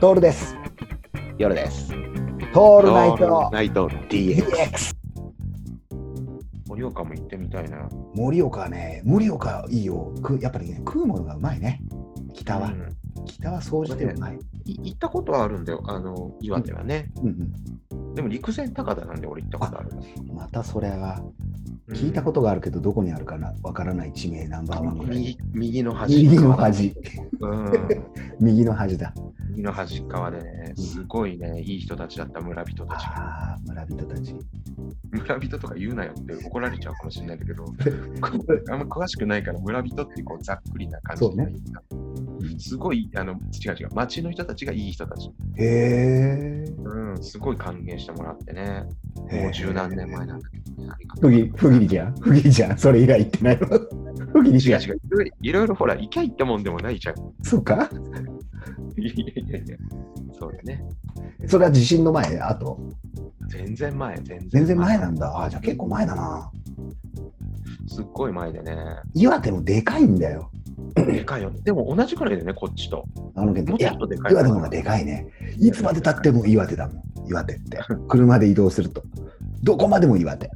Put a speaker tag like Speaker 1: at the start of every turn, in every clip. Speaker 1: トールです。
Speaker 2: 夜です。
Speaker 1: ト
Speaker 2: オ
Speaker 1: ールナイト
Speaker 2: ナイト DX。
Speaker 1: DX。
Speaker 2: 盛岡も行ってみたいな。
Speaker 1: 盛岡ね、盛岡いいよ。くやっぱりね、食うものがうまいね。北は
Speaker 2: う。ん
Speaker 1: 北は総じてうまい。
Speaker 2: い行ったことはあるんだよ、あの岩手はね。
Speaker 1: うんうん。
Speaker 2: でも陸前高田なんで俺行ったことあるんです。
Speaker 1: またそれは、聞いたこととがあるけど、どこにあるかなわからない地名ナンバーワンぐらい
Speaker 2: 右。右の端
Speaker 1: 右の端。
Speaker 2: うん
Speaker 1: 右の端だ。
Speaker 2: 右の端っ側でね、すごいね、いい人たちだった村人たちが。
Speaker 1: ああ、村人たち。
Speaker 2: 村人とか言うなよって怒られちゃうかもしれないんだ けど、あんま詳しくないから、村人ってこうざっくりな感じで言った、すごい、あの違う違う、町の人たちがいい人たち、
Speaker 1: へえ。
Speaker 2: うん、すごい歓迎してもらってね、
Speaker 1: へ
Speaker 2: もう
Speaker 1: ー
Speaker 2: 十何年前なんだけどね、ありがとう
Speaker 1: 不義、不義理じゃん。不義理じゃん。それ以来言って ないの。不義理じ
Speaker 2: 違
Speaker 1: ゃ。
Speaker 2: うん違ういろいろ、いろいろほら、行きゃ行ったもんでもないじゃん。
Speaker 1: そうか。
Speaker 2: いやいやいや、そうだね。
Speaker 1: それは地震の前、あと。
Speaker 2: 全然前、全
Speaker 1: 全然
Speaker 2: 然
Speaker 1: 前なんだ。ああ、じゃあ結構前だな。
Speaker 2: すっごい前でね、
Speaker 1: 岩手もでかいんだよ。
Speaker 2: でかいよね。でも同じくらいだよね、こっちと。
Speaker 1: あの県
Speaker 2: も
Speaker 1: い
Speaker 2: っと
Speaker 1: や
Speaker 2: もっ、とでかい。
Speaker 1: 岩手の方がでかいね。いつまでたっても岩手だもん。岩手って。車で移動すると。どこまでも岩手。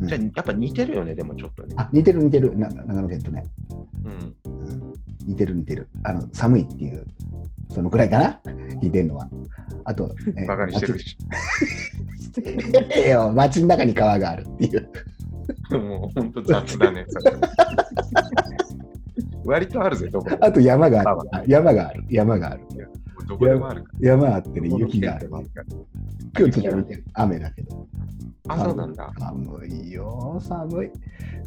Speaker 1: うん
Speaker 2: じゃあ、やっぱ似てるよね、でもちょっとね。
Speaker 1: あ、似てる似てる。な長野県とね。
Speaker 2: うん
Speaker 1: うん似てる似てる。あの、寒いっていう。そのくらいかな似てるのは。あと、え
Speaker 2: バカにしてるでし
Speaker 1: 街いやいや街の中に川があるっていう。
Speaker 2: ょ。もう本当雑だね。そ れ割とあるぜ、どこでも
Speaker 1: あと山がある。あ山がある。山がある。
Speaker 2: どこでもあるか
Speaker 1: 山あって
Speaker 2: ら。
Speaker 1: ね、雪がある。今
Speaker 2: 雪
Speaker 1: 日ちょっと見
Speaker 2: がある
Speaker 1: て雨だけど。
Speaker 2: あ、そうなんだ。
Speaker 1: 寒いよ、寒い。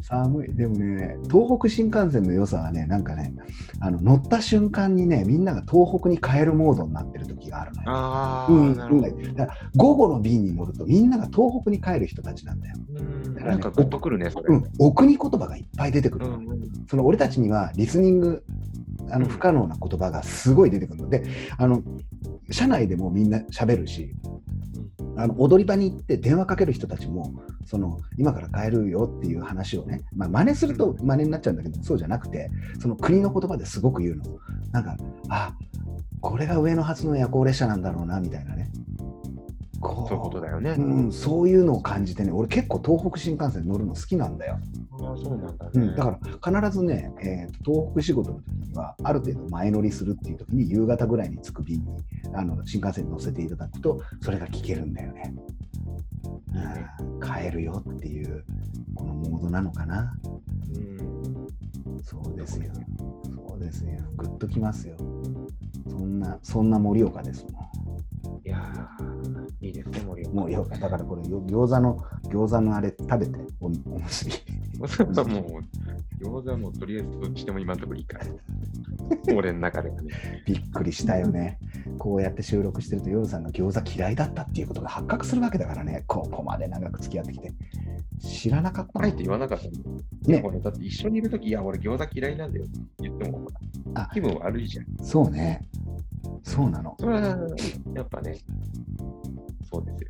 Speaker 1: 寒い。でもね、東北新幹線の良さはね、なんかね、あの乗った瞬間にね、みんなが東北に帰るモードになってる時があるのよ。
Speaker 2: あ
Speaker 1: う
Speaker 2: ー、
Speaker 1: ん、
Speaker 2: なるほど。
Speaker 1: うんだから午後の便に乗るとみんなが東北に帰る人たちなんだよ。
Speaker 2: うんなんかグッとくるね、それ。
Speaker 1: う
Speaker 2: うん
Speaker 1: ん、お国言葉がいっぱい出てくる
Speaker 2: う
Speaker 1: の、
Speaker 2: ん
Speaker 1: その俺たちにはリスニングあの
Speaker 2: うん
Speaker 1: 不可能な言葉がすごい出てくるので、あの社内でもみんな喋るし、あの踊り場に行って電話かける人たちもその今から帰るよっていう話をね、まあ真似すると真似になっちゃうんだけどそうじゃなくてその国の言葉ですごく言うのなんかあこれが上の発の夜行列車なんだろうなみたいなねこ
Speaker 2: そういうことだよね。
Speaker 1: うん、そういうのを感じてね俺結構東北新幹線乗るの好きなんだよ、
Speaker 2: あーそうなんだ
Speaker 1: うん、
Speaker 2: ね。
Speaker 1: だから必ずね、えーと東北仕事の時にはある程度前乗りするっていう時に夕方ぐらいに着く便にあの新幹線に乗せていただくとそれが聞けるんだよね、うん、帰るよっていうこのモードなのかな
Speaker 2: うん
Speaker 1: そうですよそうですよグッときますよそんなそんな盛岡ですもん
Speaker 2: いやーいいですね、森岡。
Speaker 1: もうよだからこれよ餃子の餃子のあれ食べておおむすび
Speaker 2: もう、餃子はもうとりあえずどっちでも今のところいい から。俺の中ではね。
Speaker 1: びっくりしたよね。こうやって収録してると、夜さんが餃子嫌いだったっていうことが発覚するわけだからね、ここまで長く付き合ってきて。知らなかった
Speaker 2: あ
Speaker 1: の
Speaker 2: えて言わなかったの
Speaker 1: ね、
Speaker 2: 俺だって一緒にいるとき、いや、俺餃子嫌いなんだよって言っても、ほら
Speaker 1: あ
Speaker 2: 気分悪いじゃん。
Speaker 1: そうね。そうなの。
Speaker 2: それは、やっぱね、そうですよ。